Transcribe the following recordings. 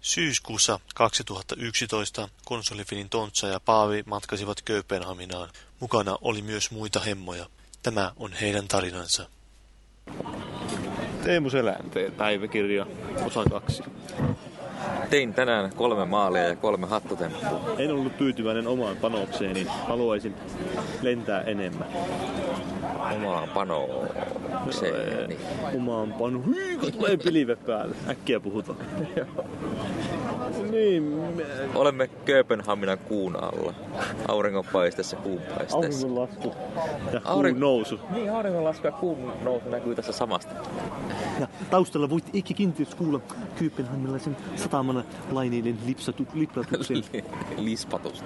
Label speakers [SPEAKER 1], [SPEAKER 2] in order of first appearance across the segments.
[SPEAKER 1] Syyskuussa 2011 konsolifinin Tontsa ja Paavi matkasivat Kööpenhaminaan. Mukana oli myös muita hemmoja. Tämä on heidän tarinansa.
[SPEAKER 2] Teemu Selänteen päiväkirja, osa kaksi.
[SPEAKER 3] Tein tänään kolme maalia ja kolme hattutemppua.
[SPEAKER 2] En ollut tyytyväinen omaan panokseeni. Haluaisin lentää enemmän.
[SPEAKER 3] Omaan panoon. Se, niin.
[SPEAKER 2] Omaan panu. Hyi, kun tulee pilve päälle. Äkkiä puhutaan. niin, me-
[SPEAKER 3] Olemme Kööpenhaminan kuun alla. Auringonpaisteessa kuun paisteessa.
[SPEAKER 2] auringonlasku ja
[SPEAKER 3] Aurinko-
[SPEAKER 2] kuun nousu.
[SPEAKER 3] Niin, auringonlasku ja kuun nousu näkyy tässä samasta.
[SPEAKER 4] Ja taustalla voit ehkä kenties kuulla Kööpenhaminalaisen sataman laineiden lipsatu, liplatuksen.
[SPEAKER 3] Lispatus.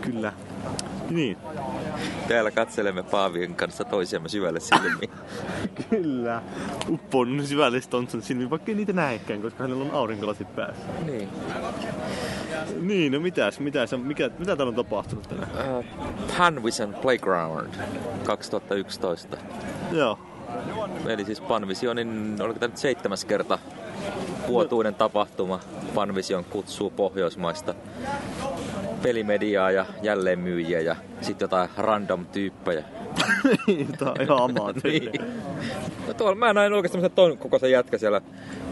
[SPEAKER 2] Kyllä. Niin,
[SPEAKER 3] Täällä katselemme Paavien kanssa toisiamme syvälle silmiin.
[SPEAKER 2] kyllä.
[SPEAKER 4] Uppon syvälle Stonson silmiin, vaikka ei niitä näekään, koska hänellä on aurinkolasit päässä.
[SPEAKER 3] niin.
[SPEAKER 2] Niin, no mitäs, mitäs, mikä, mitä täällä on tapahtunut tänään?
[SPEAKER 3] Uh, Panvision Playground 2011.
[SPEAKER 2] Joo.
[SPEAKER 3] Eli siis Panvisionin, oliko tämä nyt seitsemäs kerta vuotuinen tapahtuma. Panvision kutsuu Pohjoismaista pelimediaa ja jälleenmyyjiä ja sitten jotain random tyyppejä. Niin.
[SPEAKER 2] Tää on ihan amatööri.
[SPEAKER 3] No tuolla mä näin oikeastaan sen ton kokoisen jätkä siellä.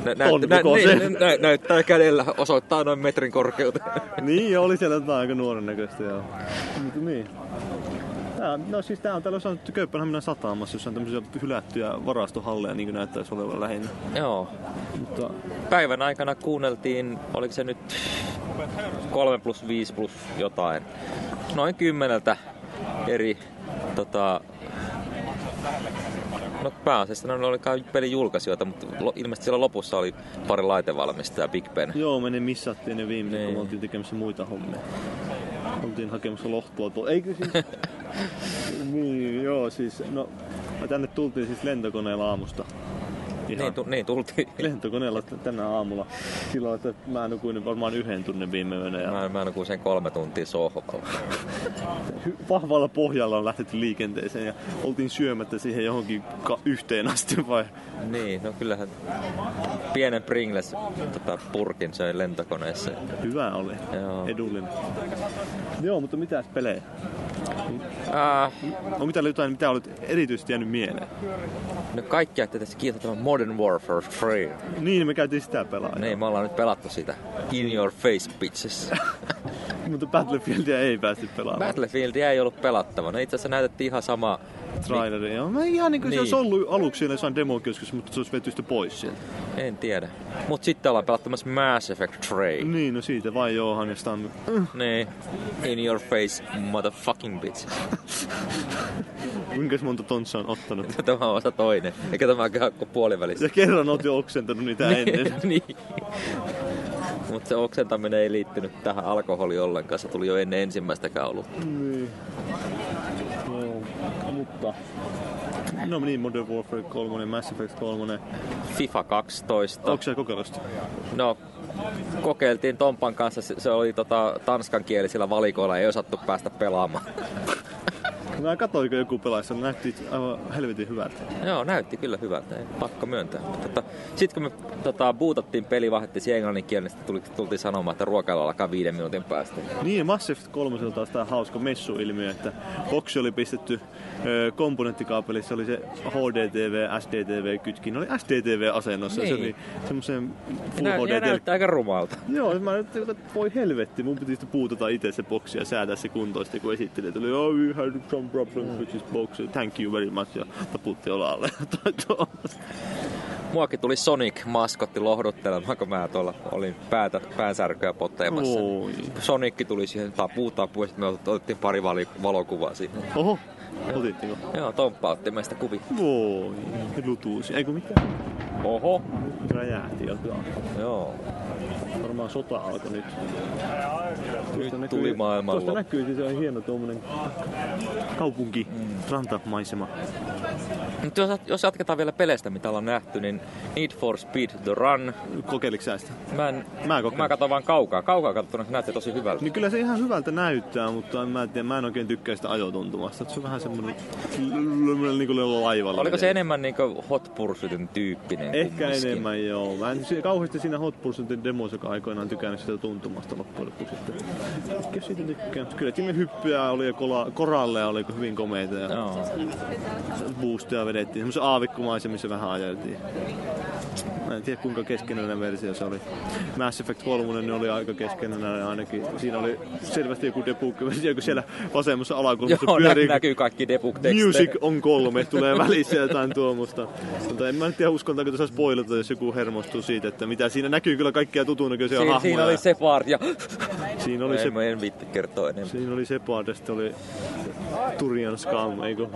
[SPEAKER 3] Nä, näyt,
[SPEAKER 2] Ton
[SPEAKER 3] nä,
[SPEAKER 2] kokoisen.
[SPEAKER 3] niin, nä, näyttää kädellä, osoittaa noin metrin korkeuteen.
[SPEAKER 2] niin, joo, oli siellä jotain aika nuoren näköistä, joo. Mutta niin. Tää, no siis tää on täällä on Kööpenhaminan satamassa, jossa on tämmöisiä hylättyjä varastohalleja, niin kuin näyttäisi olevan lähinnä.
[SPEAKER 3] Joo.
[SPEAKER 2] Mutta
[SPEAKER 3] Päivän aikana kuunneltiin, oliko se nyt 3 plus 5 plus jotain, noin kymmeneltä eri tota, No pääasiassa ne olikaan pelin julkaisijoita, mutta lo- ilmeisesti siellä lopussa oli pari laitevalmistajaa, Big Ben.
[SPEAKER 2] joo, me ne missattiin ne viimeinen, kun
[SPEAKER 3] Niin.
[SPEAKER 2] me oltiin tekemässä muita hommia. Oltiin hakemassa lohtua tuolla. Eikö siis... niin, joo, siis... No, me tänne tultiin siis lentokoneella aamusta.
[SPEAKER 3] Niin, tu- niin tultiin.
[SPEAKER 2] lentokoneella t- tänä aamulla. Silloin, että mä nukuin varmaan yhden tunnin viime yönä. Ja
[SPEAKER 3] Mä, mä nukuin sen kolme tuntia sohvalla.
[SPEAKER 2] hy- vahvalla pohjalla on lähdetty liikenteeseen ja oltiin syömättä siihen johonkin ka- yhteen asti vai?
[SPEAKER 3] Niin, no kyllähän pienen Pringles tota, purkin söin lentokoneessa.
[SPEAKER 2] Hyvä oli.
[SPEAKER 3] Joo.
[SPEAKER 2] Edullinen. Joo, mutta mitäs pelejä?
[SPEAKER 3] Äh,
[SPEAKER 2] Onko täällä jotain, mitä olet erityisesti jäänyt mieleen?
[SPEAKER 3] no kaikkia tässä kiinnostaa tämä Modern Warfare 3.
[SPEAKER 2] Niin, me käytiin sitä pelaa.
[SPEAKER 3] Niin, me ollaan nyt pelattu sitä. In your face, bitches.
[SPEAKER 2] joo. Mutta Battlefieldia ei päästy pelaamaan.
[SPEAKER 3] Battlefieldia ei ollut pelattavana. Itse asiassa näytettiin ihan sama.
[SPEAKER 2] Traileri, joo. Mä ihan niinku niin. se
[SPEAKER 3] Niin.
[SPEAKER 2] olisi ollut aluksi siellä jossain demokeskuksessa, mutta se olisi vety sitten pois sieltä.
[SPEAKER 3] En tiedä. Mut sitten ollaan pelattamassa Mass Effect 3.
[SPEAKER 2] Niin, no siitä vai Johan ja Stan.
[SPEAKER 3] Niin. In your face, motherfucking bitches.
[SPEAKER 2] Kuinka monta tontsa on ottanut?
[SPEAKER 3] Tämä on osa toinen. Eikä tämä ole puolivälissä.
[SPEAKER 2] Ja kerran oot jo oksentanut niitä ennen.
[SPEAKER 3] niin. Mutta se oksentaminen ei liittynyt tähän alkoholi ollenkaan. Se tuli jo ennen ensimmäistä kaulua.
[SPEAKER 2] niin. Joo, mutta... No niin, Modern Warfare 3, Mass Effect 3.
[SPEAKER 3] FIFA 12.
[SPEAKER 2] Onko se kokeilusta?
[SPEAKER 3] No, kokeiltiin Tompan kanssa. Se se oli tota, tanskankielisillä valikoilla, ei osattu päästä pelaamaan.
[SPEAKER 2] Mä katsoin, kun joku pelaissa, näytti aivan helvetin hyvältä.
[SPEAKER 3] Joo, näytti kyllä hyvältä, ei pakko myöntää. Tota, Sitten kun me tota, buutattiin peli, vaihdettiin siihen englannin kielen, niin tuli, tultiin sanomaan, että ruokailu alkaa viiden minuutin päästä.
[SPEAKER 2] Niin, ja Mass Effect 3 on taas tää hauska messuilmiö, että boksi oli pistetty ö, komponenttikaapelissa, oli se HDTV, SDTV-kytkin, oli SDTV-asennossa, niin. se oli
[SPEAKER 3] Niin.
[SPEAKER 2] semmoisen Full
[SPEAKER 3] Nä, ja
[SPEAKER 2] HD-telkkarin.
[SPEAKER 3] näyttää aika rumalta.
[SPEAKER 2] Joo, mä nyt, että voi helvetti, mun piti sitten puutata itse se boksi ja säätää se kuntoon sitten, kun esitteli, tuli, oh, we had some problems with this box, thank you very much, ja taputti olalle. Tai tuollaista.
[SPEAKER 3] Muakin tuli Sonic-maskotti lohduttelemaan, kun mä tuolla olin päätä, päänsärkyä potteemassa.
[SPEAKER 2] Voi.
[SPEAKER 3] Sonicki tuli siihen tapu tapu, ja sitten me ot- otettiin pari vali- valokuvaa siinä.
[SPEAKER 2] Oho, otitteko?
[SPEAKER 3] Joo, Tomppa otti meistä kuvia.
[SPEAKER 2] Voi, lutuusi, eikö mitään?
[SPEAKER 3] Oho.
[SPEAKER 2] Räjähti jotain.
[SPEAKER 3] Joo.
[SPEAKER 2] Varmaan sota alkoi nyt. Tuosta
[SPEAKER 3] tuli maailman
[SPEAKER 2] Tuosta
[SPEAKER 3] loppu.
[SPEAKER 2] näkyy, siis se on hieno tuommoinen kaupunki,
[SPEAKER 3] Mm.
[SPEAKER 2] rantamaisema.
[SPEAKER 3] Nyt jos, jos jatketaan vielä peleistä, mitä ollaan nähty, niin Need for Speed The Run.
[SPEAKER 2] Kokeiliko sä sitä?
[SPEAKER 3] Mä, en,
[SPEAKER 2] Mä en kokeillut.
[SPEAKER 3] mä katson vaan kaukaa. Kaukaa katsottuna se näytti tosi hyvältä.
[SPEAKER 2] Niin kyllä se ihan hyvältä näyttää, mutta en mä, tiedä, mä en oikein tykkää sitä ajotuntumasta. Se on vähän semmoinen niin kuin laivalla.
[SPEAKER 3] Oliko se
[SPEAKER 2] menee.
[SPEAKER 3] enemmän niinku Hot Pursuitin tyyppinen
[SPEAKER 2] Ehkä
[SPEAKER 3] kumminkin.
[SPEAKER 2] enemmän joo. Mä en si- kauheasti siinä Hot Pursuitin demoissa aikoinaan tykännyt sitä tuntumasta loppujen lopuksi. Että... Ehkä siitä tykkään. Kyllä siinä hyppyjä oli ja kola, koralleja oli hyvin komeita ja no.
[SPEAKER 3] Joo.
[SPEAKER 2] boostia vedettiin. Semmoisen aavikkomaisen, missä vähän ajeltiin. Mä en tiedä kuinka keskenäinen versio se oli. Mass Effect 3 niin oli aika keskenäinen ainakin. Siinä oli selvästi joku debug-versio, kun siellä vasemmassa alakulmassa
[SPEAKER 3] Joo,
[SPEAKER 2] pyörii. niinku
[SPEAKER 3] nä- näkyy kaikki debug-tekstejä.
[SPEAKER 2] Music on kolme, tulee välissä jotain tuomusta. Mutta en mä nyt tiedä uskaltaako tässä spoilata, jos joku hermostuu siitä, että mitä siinä näkyy kyllä kaikkia tutun näköisiä
[SPEAKER 3] Siinä,
[SPEAKER 2] hahmoja.
[SPEAKER 3] siinä oli se part ja...
[SPEAKER 2] siinä oli
[SPEAKER 3] Oli
[SPEAKER 2] se,
[SPEAKER 3] en, en viitti kertoa enemmän.
[SPEAKER 2] siinä oli se part, ja sitten oli Turian Scam, eikö?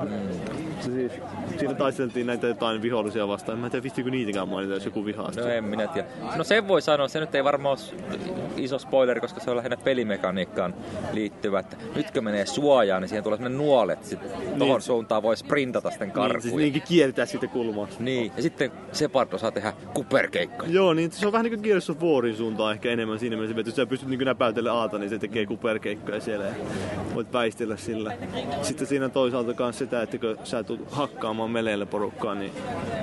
[SPEAKER 2] Se siis, siinä taisteltiin näitä jotain vihollisia vastaan. En mä tiedä, vistikö niitäkään mainita, jos joku vihaa sitä.
[SPEAKER 3] No en minä tiedä. No sen voi sanoa, se nyt ei varmaan ole iso spoileri, koska se on lähinnä pelimekaniikkaan liittyvä, että nytkö menee suojaan, niin siihen tulee sellainen nuolet, sitten niin. tohon suuntaan voi sprintata sitten
[SPEAKER 2] niin, siis
[SPEAKER 3] karkuun. Niin,
[SPEAKER 2] niinkin kiertää siitä kulmaa.
[SPEAKER 3] niin, ja sitten Separd osaa tehdä kuperkeikkoja.
[SPEAKER 2] Joo, niin se on vähän niin kuin Gears of Warin suuntaan ehkä enemmän siinä mielessä, että jos sä pystyt niin näpäytellä aata, niin se tekee kuperkeikkoja siellä ja voit väistellä sillä. Sitten siinä on toisaalta myös sitä, että kun sä tulet hakkaamaan meleillä porukkaa, niin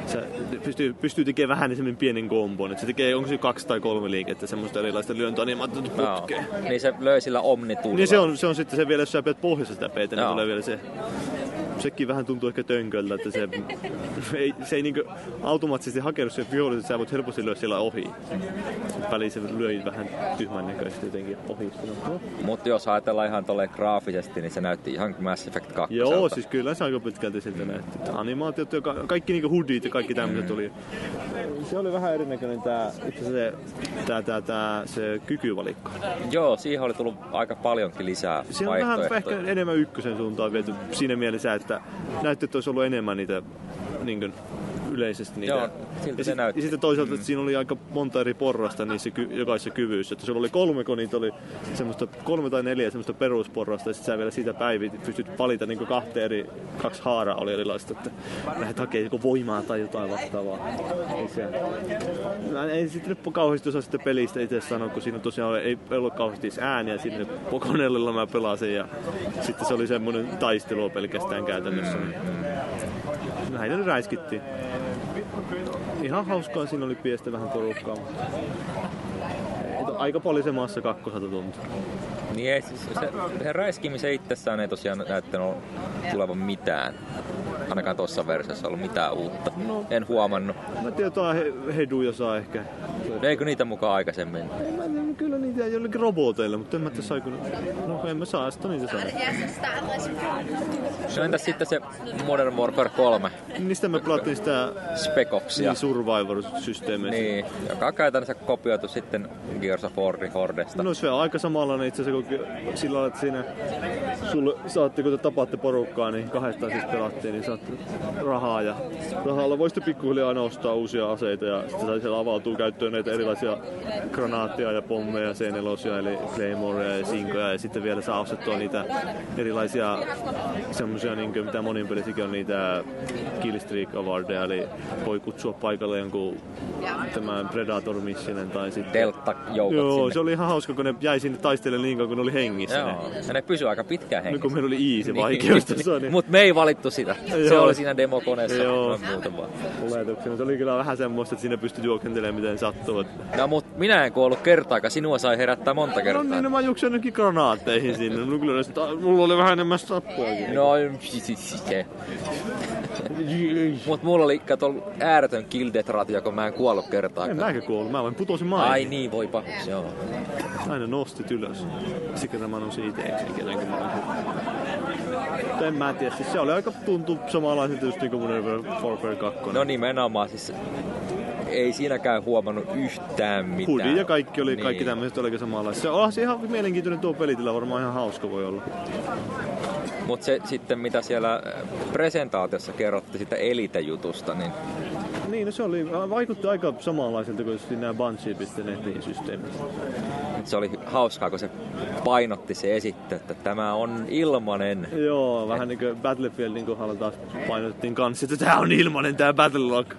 [SPEAKER 2] sä pystyy, pystyy tekemään vähän semmoinen pienen kombon. Että se tekee, onko se kaksi tai kolme liikettä semmoista erilaista lyöntöanimaatiota
[SPEAKER 3] Joo.
[SPEAKER 2] putkeen.
[SPEAKER 3] Niin se löi sillä omnitulla.
[SPEAKER 2] Niin se on, se on sitten se vielä, jos sä pidät pohjassa sitä peitä, niin
[SPEAKER 3] Joo.
[SPEAKER 2] tulee vielä se. Sekin vähän tuntuu ehkä tönköltä, että se ei, se ei niinku automaattisesti hakenut sen vihollisen, että sä voit helposti lyödä siellä ohi. Väliin se löi vähän tyhmän näköisesti jotenkin ohi. No.
[SPEAKER 3] Mutta jos ajatellaan ihan tolleen graafisesti, niin se näytti ihan Mass Effect 2.
[SPEAKER 2] Joo, siis kyllä se aika pitkälti siltä näytti. Animaatiot, joka, kaikki niinku hoodit ja kaikki tämmöiset oli. Se oli vähän erinäköinen tää, itse se, tää, tää, tää, se kykyvalikko.
[SPEAKER 3] Joo, siihen oli tullut aika paljonkin lisää
[SPEAKER 2] Siinä on vähän
[SPEAKER 3] vaihtoehtoja.
[SPEAKER 2] ehkä enemmän ykkösen suuntaan viety siinä mielessä, että näytti, että olisi ollut enemmän niitä niin kuin, yleisesti niitä.
[SPEAKER 3] Joo, siltä
[SPEAKER 2] ja,
[SPEAKER 3] se
[SPEAKER 2] sit-
[SPEAKER 3] näytti.
[SPEAKER 2] ja
[SPEAKER 3] Mm.
[SPEAKER 2] sitten toisaalta, että siinä oli aika monta eri porrasta niissä ky- jokaisessa kyvyissä. Että sulla oli kolme, kun niitä oli semmoista kolme tai neljä semmoista perusporrasta, ja sitten sä vielä siitä päivit pystyt valita niin kahteen eri, kaksi haaraa oli erilaista, että lähdet hakemaan joku voimaa tai jotain vastaavaa. Ei se- Mä en- ei sitten nyt kauheasti osaa sitä pelistä itse sanoa, kun siinä tosiaan ei ollut kauheasti edes ääniä sinne kokoneella mä pelasin ja sitten se oli semmoinen taistelua pelkästään käytännössä.
[SPEAKER 3] Mm.
[SPEAKER 2] Lähinnä ne räiskittiin. Ihan hauskaa siinä oli piestä vähän porukkaa, mutta ei to- aika paljon se maassa kakkoselta tuntuu.
[SPEAKER 3] Niin ei, siis se, se räiskimisen itsessään ei tosiaan näyttänyt tulevan mitään. Ainakaan tuossa versiossa ollut mitään uutta.
[SPEAKER 2] No.
[SPEAKER 3] En huomannut. No
[SPEAKER 2] Mä tiedän, jotain he- heduja saa ehkä.
[SPEAKER 3] Eikö niitä mukaan aikaisemmin?
[SPEAKER 2] Mä en tiedä, kyllä niitä jollekin roboteille, mutta en mä tässä aiku... No en mä saa, sitä niitä saa.
[SPEAKER 3] No entäs sitten se Modern Warfare 3
[SPEAKER 2] Niistä mä pelattiin sitä
[SPEAKER 3] Spec Opsia?
[SPEAKER 2] niin survivor-systeemeistä.
[SPEAKER 3] Niin, joka on käytännössä kopioitu sitten Gears of War Hordesta.
[SPEAKER 2] No se on aika samanlainen itse asiassa, kun ky- sillä lailla, että siinä sulle saatte, kun te tapaatte porukkaa, niin kahdestaan siis pelattiin, niin saatte rahaa ja rahalla voi sitten pikkuhiljaa aina ostaa uusia aseita ja sitten sai- siellä avautuu käyttöön näitä erilaisia granaatteja ja pommeja, C4 eli Claymoreja ja Sinkoja ja sitten vielä saa ostettua niitä erilaisia semmoisia, niin mitä monin pelissäkin on niitä Killstreak Awardeja, eli voi kutsua paikalle jonkun tämän Predator Missionen tai sitten
[SPEAKER 3] Delta-joukot
[SPEAKER 2] Joo,
[SPEAKER 3] sinne.
[SPEAKER 2] se oli ihan hauska, kun ne jäi sinne taistelemaan niin kauan, kun ne oli hengissä.
[SPEAKER 3] Joo,
[SPEAKER 2] Ne.
[SPEAKER 3] ja ne pysyy aika pitkään
[SPEAKER 2] Nyt
[SPEAKER 3] hengissä.
[SPEAKER 2] No, kun meillä oli iisi vaikeus tässä, niin
[SPEAKER 3] Mut me ei valittu sitä. Se
[SPEAKER 2] Joo.
[SPEAKER 3] oli siinä demokoneessa.
[SPEAKER 2] Joo.
[SPEAKER 3] Joo. Muuta vaan.
[SPEAKER 2] oletuksena. Se oli kyllä vähän semmoista, että siinä pystyi juoksentelemaan miten sattuu. että-
[SPEAKER 3] No mut minä en kuollut kertaakaan. Sinua sai herättää monta
[SPEAKER 2] No
[SPEAKER 3] kertaa.
[SPEAKER 2] niin, no mä juoksin jonnekin granaatteihin sinne. No kyllä, sitä, mulla oli vähän enemmän sappuakin.
[SPEAKER 3] No, se. No, Mut mulla oli kato ääretön kildetraatio, kun mä en kuollut
[SPEAKER 2] En
[SPEAKER 3] kertaakaan.
[SPEAKER 2] mäkä kuollut, mä vain putosin
[SPEAKER 3] Ai
[SPEAKER 2] maailmaan.
[SPEAKER 3] niin, voi pahus, joo.
[SPEAKER 2] Aina nostit ylös. Sikäli mä nousin itse kerran, kun mä olin Mutta en mä tiedä, siis se oli aika tuntuu samanlaiselta just niin kuin Modern Warfare 2.
[SPEAKER 3] No nimenomaan, siis ei siinäkään huomannut yhtään mitään.
[SPEAKER 2] Hudi ja kaikki oli, niin. kaikki
[SPEAKER 3] Niin.
[SPEAKER 2] tämmöiset olikin samanlaisia. Se on se ihan mielenkiintoinen tuo pelitila, varmaan ihan hauska voi olla.
[SPEAKER 3] Mut se sitten, mitä siellä äh, presentaatiossa kerrotti sitä elitejutusta, niin
[SPEAKER 2] Niin, no se oli, vaikutti aika samanlaiselta kuin just nämä Bungie.netin systeemit.
[SPEAKER 3] se oli hauskaa, kun se painotti se esittö, että tämä on ilmanen.
[SPEAKER 2] Joo, vähän niin kuin Battlefieldin kohdalla taas painotettiin kanssa, että tää on ilmanen tää Battlelog.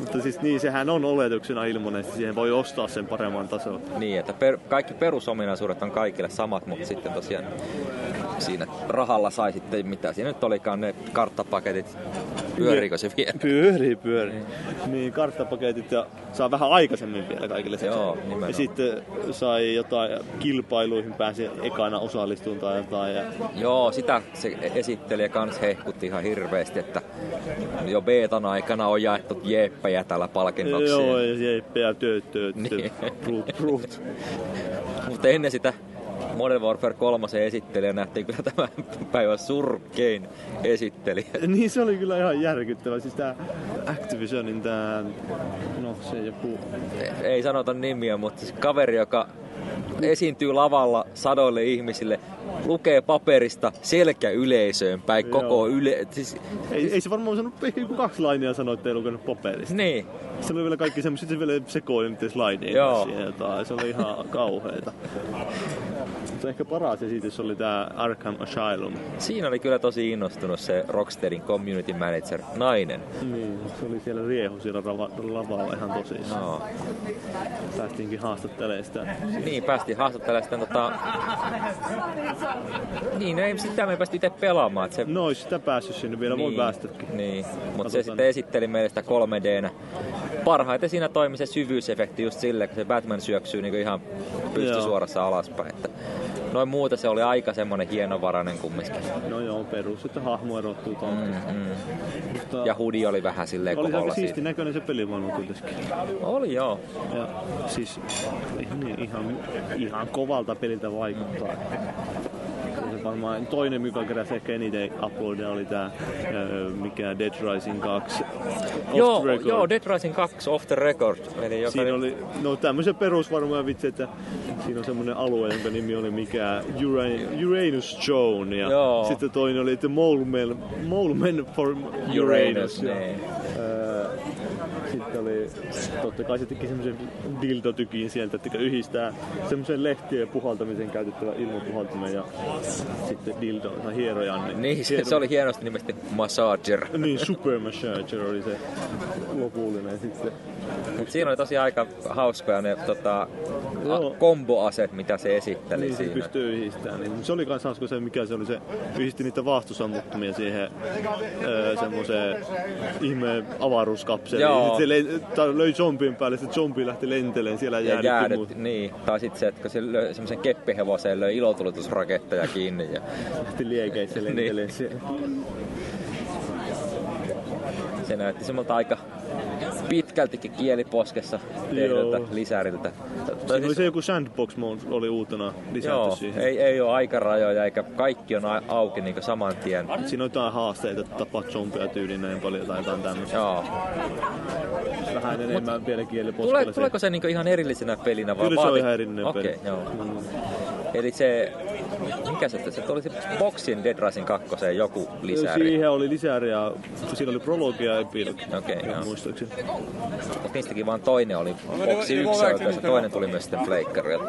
[SPEAKER 2] Mutta siis niin, sehän on oletuksena ilmanen, että siihen voi ostaa sen paremman tason.
[SPEAKER 3] Niin, että per, kaikki perusominaisuudet on kaikille samat, mutta sitten tosiaan siinä rahalla sai sitten mitä siinä nyt olikaan ne karttapaketit Pyöriikö se
[SPEAKER 2] Niin.
[SPEAKER 3] vielä?
[SPEAKER 2] Pyörii, pyörii. Niin, karttapaketit ja saa vähän aikaisemmin vielä kaikille se.
[SPEAKER 3] Joo, nimenomaan.
[SPEAKER 2] Ja sitten sai jotain kilpailuihin, pääsi ekana osallistumaan tai jotain. Ja
[SPEAKER 3] Joo, sitä se esittelijä kans hehkutti ihan hirveästi, että jo beetan aikana on jaettu jeppejä täällä palkinnoksi.
[SPEAKER 2] Joo, ja jeippiä, tööt, tööt,
[SPEAKER 3] Niin.
[SPEAKER 2] niin. brut, brut.
[SPEAKER 3] Mutta ennen sitä Modern Warfare 3 esittelijä nähtiin kyllä tämän päivän surkein esittelijä.
[SPEAKER 2] niin se oli kyllä ihan järkyttävä. Siis tää Activisionin tää, no se joku,
[SPEAKER 3] Ei sanota nimiä, mutta siis kaveri, joka esiintyy lavalla sadoille ihmisille, lukee paperista selkä yleisöön päin koko
[SPEAKER 2] Joo.
[SPEAKER 3] yle... Siis,
[SPEAKER 2] ei, ei se varmaan sanonut, ei kun kaksi lainia sanoi, että ei lukenut paperista.
[SPEAKER 3] niin,
[SPEAKER 2] Se oli vielä kaikki semmoiset, se vielä sekoili niiden slideen
[SPEAKER 3] Joo.
[SPEAKER 2] siihen jotain. Se oli ihan kauheeta. Mutta ehkä paras esitys oli tää Arkham Asylum.
[SPEAKER 3] siinä oli kyllä tosi innostunut se Rocksteadin community manager, nainen.
[SPEAKER 2] Niin, se oli siellä riehu siellä rava- lavalla ihan tosissaan.
[SPEAKER 3] Joo.
[SPEAKER 2] Päästiinkin haastattelemaan sitä.
[SPEAKER 3] Niin, päästiin haastattelemaan sitä tota... Niin, no ei, sitä me ei päästy itse pelaamaan. että Se...
[SPEAKER 2] No, ois sitä päässyt sinne vielä, voi
[SPEAKER 3] niin,
[SPEAKER 2] päästäkin.
[SPEAKER 3] Niin, mutta se
[SPEAKER 2] Katsotaan.
[SPEAKER 3] sitten esitteli meille sitä 3Dnä. Parhaiten siinä toimi se syvyysefekti just silleen, kun se Batman syöksyy niin ihan pystysuorassa alaspäin. Että noin muuta se oli aika semmonen hienovarainen kumminkin.
[SPEAKER 2] No joo, perus, että hahmo erottuu tuolta.
[SPEAKER 3] Mm.
[SPEAKER 2] Mutta
[SPEAKER 3] Ja hudi oli vähän silleen
[SPEAKER 2] oli se aika
[SPEAKER 3] koholla
[SPEAKER 2] siisti
[SPEAKER 3] siitä.
[SPEAKER 2] näköinen se pelimaailma kuitenkin.
[SPEAKER 3] Oli joo.
[SPEAKER 2] Ja siis ihan, niin, ihan, ihan kovalta peliltä vaikuttaa. Se varmaan toinen, mikä keräsi ehkä eniten uploadia, oli tämä mikä Dead Rising 2. Off
[SPEAKER 3] joo,
[SPEAKER 2] the record.
[SPEAKER 3] joo, Dead Rising 2 off the record. Eli joka
[SPEAKER 2] Siinä oli, no tämmöisen perus varmaan vitsi, että siinä on semmoinen alue, jonka nimi oli mikä Uran- Uranus Zone. Ja
[SPEAKER 3] Joo.
[SPEAKER 2] sitten toinen oli The Mole Men, Mole Men for Uranus.
[SPEAKER 3] Uranus,
[SPEAKER 2] ja,
[SPEAKER 3] niin.
[SPEAKER 2] ää, sitten oli, totta kai se teki semmoisen dildotykin sieltä, että yhdistää semmoisen lehtien puhaltamisen käytettävän ilmapuhaltimen ja sitten dildo, tai hierojan.
[SPEAKER 3] Niin, se, se oli hienosti nimestä Massager.
[SPEAKER 2] Niin, Super Massager oli se lopullinen sitten.
[SPEAKER 3] Niin, Mut siinä oli tosi aika hauskoja ne tota,
[SPEAKER 2] Joo.
[SPEAKER 3] a- komboaset, mitä se esitteli
[SPEAKER 2] Niin, se
[SPEAKER 3] siinä.
[SPEAKER 2] pystyy yhdistämään. Niin. Se oli kans hauska se, mikä se oli se, yhdisti niitä vaahtosammuttimia siihen öö, semmoiseen ihme avaruuskapseliin.
[SPEAKER 3] Joo.
[SPEAKER 2] Sitten se le- tai löi zombin päälle, sitten zombi lähti lenteleen siellä
[SPEAKER 3] ja
[SPEAKER 2] jäädytti
[SPEAKER 3] jäädyt,
[SPEAKER 2] muut.
[SPEAKER 3] niin. Tai sitten se, että kun se löi semmoisen keppihevoseen, löi ilotulitusraketteja kiinni. Ja...
[SPEAKER 2] Lähti liekeissä lenteleen
[SPEAKER 3] Niin.
[SPEAKER 2] siellä.
[SPEAKER 3] Se näytti semmoilta aika pitkältikin kieliposkessa tehdyltä
[SPEAKER 2] Joo.
[SPEAKER 3] lisäriltä. Tai
[SPEAKER 2] Siinä oli se joku sandbox mode oli uutena lisätty
[SPEAKER 3] joo,
[SPEAKER 2] siihen.
[SPEAKER 3] ei, ei ole aikarajoja eikä kaikki on a- auki niin saman tien.
[SPEAKER 2] Siinä on jotain haasteita, että tapaat zombia tyyliin näin paljon tai jotain tämmöistä.
[SPEAKER 3] Joo.
[SPEAKER 2] Vähän enemmän vielä kieliposkella.
[SPEAKER 3] Tule, tuleeko se niin ihan erillisenä pelinä? Vai
[SPEAKER 2] Kyllä se on
[SPEAKER 3] vaati-
[SPEAKER 2] ihan erillinen
[SPEAKER 3] Okei,
[SPEAKER 2] peli. Mm.
[SPEAKER 3] joo. Eli se, mikä se, se oli se Boxin Dead Rising 2 joku lisäri.
[SPEAKER 2] Siihen oli lisäri ja siinä oli prologi ja epilogi.
[SPEAKER 3] Okei, joo.
[SPEAKER 2] Muistaakseni.
[SPEAKER 3] Mut niistäkin vaan toinen oli Boxi 1 oikeassa, toinen tuli myös sitten Pleikkarilla.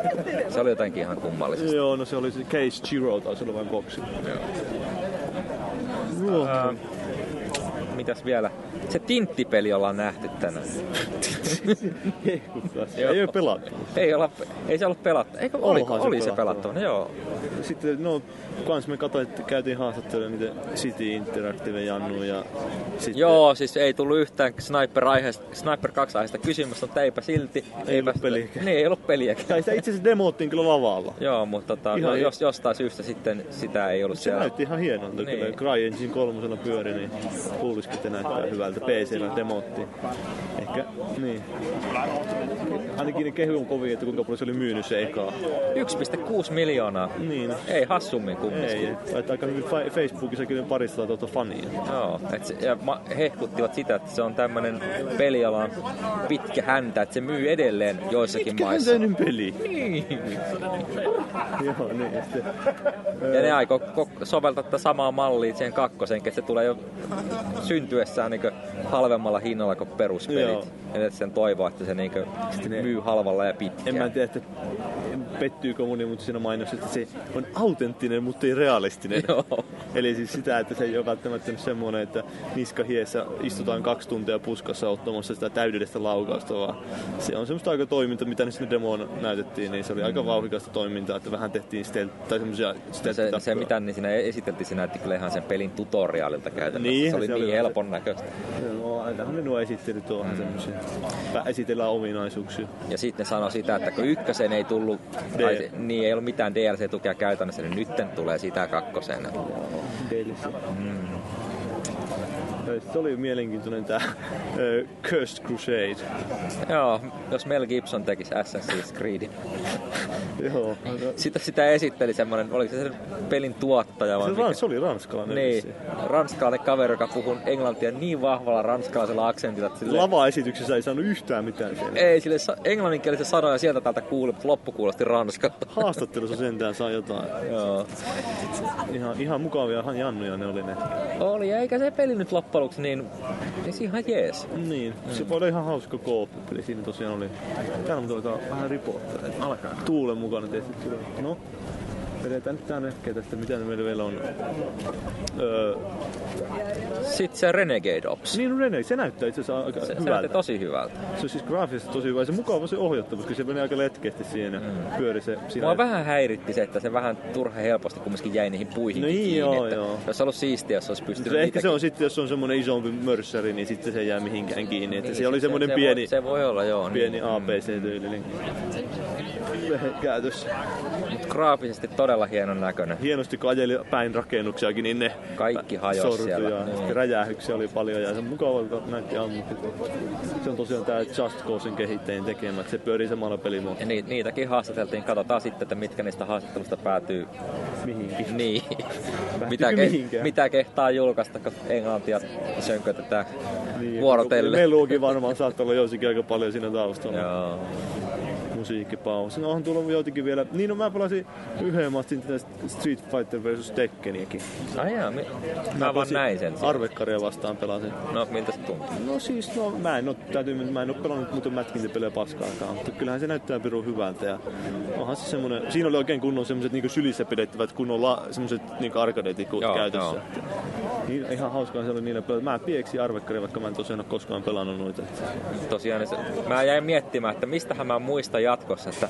[SPEAKER 3] Se oli jotenkin ihan kummallista.
[SPEAKER 2] Joo, no se oli se Case Zero, taisi olla vain boksi. Joo.
[SPEAKER 3] Mitäs vielä? Se tinttipeli ollaan nähty tänään.
[SPEAKER 2] Joo. Ei ole pelattu.
[SPEAKER 3] Ei, olla, ei se ollut pelattu. Eikö, oliko,
[SPEAKER 2] Onhan se
[SPEAKER 3] oli se
[SPEAKER 2] pelattava.
[SPEAKER 3] pelattava? Joo.
[SPEAKER 2] Sitten, no, kans me katsoin, että käytiin haastattelemaan niitä City Interactive Jannu ja sitten...
[SPEAKER 3] Joo, siis ei tullut yhtään Sniper, aiheesta, Sniper 2 aiheesta kysymystä, mutta eipä silti.
[SPEAKER 2] Ei
[SPEAKER 3] eipä
[SPEAKER 2] ollut peliäkään.
[SPEAKER 3] Niin, ei ollut peliäkään.
[SPEAKER 2] Tai sitä itse asiassa demoottiin kyllä lavalla.
[SPEAKER 3] Joo, mutta tota,
[SPEAKER 2] Ihan
[SPEAKER 3] no,
[SPEAKER 2] ei-
[SPEAKER 3] jos, jostain syystä sitten sitä ei ollut
[SPEAKER 2] Se
[SPEAKER 3] siellä.
[SPEAKER 2] näytti ihan hienolta
[SPEAKER 3] Niin.
[SPEAKER 2] niin. kyllä. CryEngine kolmosella pyöri, niin luulisikin, että näyttää hyvältä. PCllä demottiin. Ehkä, niin. Ainakin ne kehu on kovin, että kuinka paljon se oli myynyt se ekaa.
[SPEAKER 3] 1,6 miljoonaa.
[SPEAKER 2] Niin.
[SPEAKER 3] Ei hassummin kumminkin.
[SPEAKER 2] Ei, että aika hyvin fa- Facebookissakin on parista tuota fania.
[SPEAKER 3] Joo, et se, ja ma, hehkuttivat sitä, että se on tämmönen pelialan pitkä häntä, että se myy edelleen joissakin maissa.
[SPEAKER 2] Käänteinen peli.
[SPEAKER 3] Niin.
[SPEAKER 2] Joo, niin. ja Sitten,
[SPEAKER 3] Ja ne aikoo ko- soveltaa tätä samaa mallia siihen kakkosenkin, että se tulee jo syntyessään niin halvemmalla hinnalla kuin
[SPEAKER 2] Joo.
[SPEAKER 3] peruspelit. Eli että sen toivoa, että se niin myy halvalla ja pitkään.
[SPEAKER 2] en mä tiedä, että pettyykö moni, mutta siinä mainosti, että se on autenttinen, mutta ei realistinen.
[SPEAKER 3] Joo.
[SPEAKER 2] Eli siis sitä, että se ei ole välttämättä nyt semmoinen, että niska hiessä istutaan kaksi tuntia puskassa ottamassa sitä täydellistä laukausta, vaan se on semmoista aika toiminta, mitä nyt sinne demoon näytettiin, niin se oli aika vauhikasta toimintaa, että vähän tehtiin stealth, tai semmoisia
[SPEAKER 3] Se, se,
[SPEAKER 2] stealth-tappioita.
[SPEAKER 3] mitä niin siinä esiteltiin, se näytti kyllä ihan sen pelin tutoriaalilta käytännössä.
[SPEAKER 2] Niin,
[SPEAKER 3] se oli
[SPEAKER 2] se
[SPEAKER 3] niin
[SPEAKER 2] oli vähän
[SPEAKER 3] helpon näköistä.
[SPEAKER 2] No, ainahan ne nuo esittelyt on
[SPEAKER 3] Mm.
[SPEAKER 2] vähän semmoisia. Esitellään ominaisuuksia.
[SPEAKER 3] Ja sitten ne sanoi sitä, että kun ykkösen ei tullut, tai,
[SPEAKER 2] D-
[SPEAKER 3] se- niin ei ollut mitään DLC-tukea käytännössä, niin nytten tulee sitä kakkosen.
[SPEAKER 2] DLC. Mm. Se oli mielenkiintoinen tämä Cursed Crusade.
[SPEAKER 3] Joo, jos Mel Gibson tekisi Assassin's Creedin.
[SPEAKER 2] Joo.
[SPEAKER 3] Sitä, sitä esitteli semmoinen, oliko se sen pelin tuottaja vai
[SPEAKER 2] Se,
[SPEAKER 3] mikä?
[SPEAKER 2] rans, se oli ranskalainen.
[SPEAKER 3] Niin,
[SPEAKER 2] vissi.
[SPEAKER 3] ranskalainen kaveri, joka puhuu englantia niin vahvalla ranskalaisella aksentilla, että sille,
[SPEAKER 2] Lava-esityksessä ei saanut yhtään mitään siellä.
[SPEAKER 3] ei sille sa- englanninkielisiä sanoja sieltä täältä kuuli, mutta loppu kuulosti ranskalta.
[SPEAKER 2] Haastattelussa sentään saa jotain.
[SPEAKER 3] Joo.
[SPEAKER 2] Ihan, ihan mukavia ihan jannuja ne oli ne.
[SPEAKER 3] Oli, eikä se peli nyt loppujen lopuksi niin, niin se ihan jees.
[SPEAKER 2] Niin, se voi olla ihan hauska koop-peli. Siinä tosiaan oli. Täällä mutta alkaa vähän ripottaa. et
[SPEAKER 3] Alkaa.
[SPEAKER 2] Tuulen mukana tehty. kyllä. No, vedetään nyt tää nökkä tästä, mitä ne meillä vielä on. Öö,
[SPEAKER 3] Sitten se Renegade Ops.
[SPEAKER 2] niin Rene, se näyttää itse asiassa aika
[SPEAKER 3] Se, se
[SPEAKER 2] hyvältä.
[SPEAKER 3] näytti tosi hyvältä.
[SPEAKER 2] Se on siis graafisesti tosi hyvä. Ja Se mukava se ohjattava, koska se menee aika letkeästi siinä. Mm. Pyöri se siinä.
[SPEAKER 3] Mua vähän häiritti se, että se vähän turha helposti kumminkin jäi niihin puihin
[SPEAKER 2] No niin,
[SPEAKER 3] kiinni.
[SPEAKER 2] joo,
[SPEAKER 3] että
[SPEAKER 2] joo.
[SPEAKER 3] Jos ollut siistiä, jos olisi
[SPEAKER 2] Se
[SPEAKER 3] pystynyt
[SPEAKER 2] ehkä
[SPEAKER 3] niitäkin-
[SPEAKER 2] se on sitten, jos on semmoinen isompi mörssäri, niin sitten se ei jää mihinkään kiinni. Että
[SPEAKER 3] Niin,
[SPEAKER 2] se oli semmoinen pieni,
[SPEAKER 3] Voi, se voi olla, joo.
[SPEAKER 2] pieni
[SPEAKER 3] Niin.
[SPEAKER 2] ABC-tyylinen käytössä.
[SPEAKER 3] Mut graafisesti todella hienon näköinen.
[SPEAKER 2] Hienosti kun ajeli päin rakennuksiakin, niin ne
[SPEAKER 3] Kaikki hajosi siellä,
[SPEAKER 2] sortuja.
[SPEAKER 3] niin.
[SPEAKER 2] Niin. Räjähyksiä oli paljon ja se mukavalta näytti ammukki. Se on tosiaan tää Just Causein kehittäjien tekemä, että se pyörii samalla
[SPEAKER 3] Ja
[SPEAKER 2] pelimuodolla.
[SPEAKER 3] ni, niitäkin haastateltiin. Katsotaan sitten, että mitkä niistä haastattelusta päätyy.
[SPEAKER 2] Mihinkin.
[SPEAKER 3] Niin. mitä,
[SPEAKER 2] mihinkään?
[SPEAKER 3] mitä kehtaa julkaista, kun englantia sönkötetään
[SPEAKER 2] Niin,
[SPEAKER 3] niin,
[SPEAKER 2] ja
[SPEAKER 3] vuorotelle.
[SPEAKER 2] Meluukin varmaan saattaa olla joissakin aika paljon siinä taustalla.
[SPEAKER 3] Joo.
[SPEAKER 2] musiikkipausi. No onhan tullut joitakin vielä. Niin no mä pelasin yhden matsin tätä Street Fighter vs Tekkeniäkin.
[SPEAKER 3] Ai jaa, mi- mä vaan
[SPEAKER 2] pelasin
[SPEAKER 3] näin sen.
[SPEAKER 2] Arvekkaria vastaan pelasin.
[SPEAKER 3] No, miltä se tuntuu?
[SPEAKER 2] No siis, no mä en oo, täytyy, mä en oo pelannut muuten mätkintäpelejä paskaakaan, mutta kyllähän se näyttää pirun hyvältä. Ja onhan se semmonen, siinä oli oikein kunnon semmoset niinku sylissä pidettävät kunnon la, semmoset niinku arcade-tikut
[SPEAKER 3] Joo,
[SPEAKER 2] käytössä.
[SPEAKER 3] joo.
[SPEAKER 2] Niin, ihan hauskaa se oli niillä pelata. Mä pieksin arvekkaria, vaikka mä en tosiaan oo koskaan pelannut noita.
[SPEAKER 3] Tosiaan, se, mä jäin miettimään, että mistähän mä muistan jatkossa, että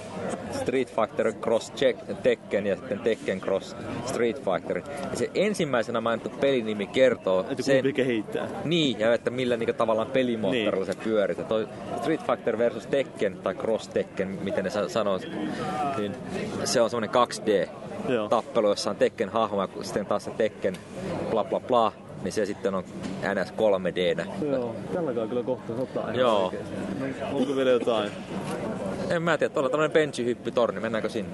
[SPEAKER 3] Street Fighter Cross Check, Tekken ja sitten Tekken Cross Street Fighter. Ja se ensimmäisenä mainittu pelinimi kertoo
[SPEAKER 2] Että
[SPEAKER 3] sen,
[SPEAKER 2] kumpi kehittää.
[SPEAKER 3] niin, ja että millä niinku tavallaan
[SPEAKER 2] Niin.
[SPEAKER 3] pelimoottorilla se pyörii. Se Toi Street Fighter versus Tekken tai Cross Tekken, miten ne sa- sanoo, niin se on semmoinen 2D
[SPEAKER 2] Joo.
[SPEAKER 3] tappelu, jossa on Tekken hahmo ja sitten taas se Tekken bla bla bla, niin se sitten on NS 3D.
[SPEAKER 2] Joo, tälläkään kyllä kohta sotaa. ihan
[SPEAKER 3] Joo.
[SPEAKER 2] oikeesti. No, onko vielä jotain?
[SPEAKER 3] En mä tiedä, tuolla tämmönen benchihyppytorni, mennäänkö sinne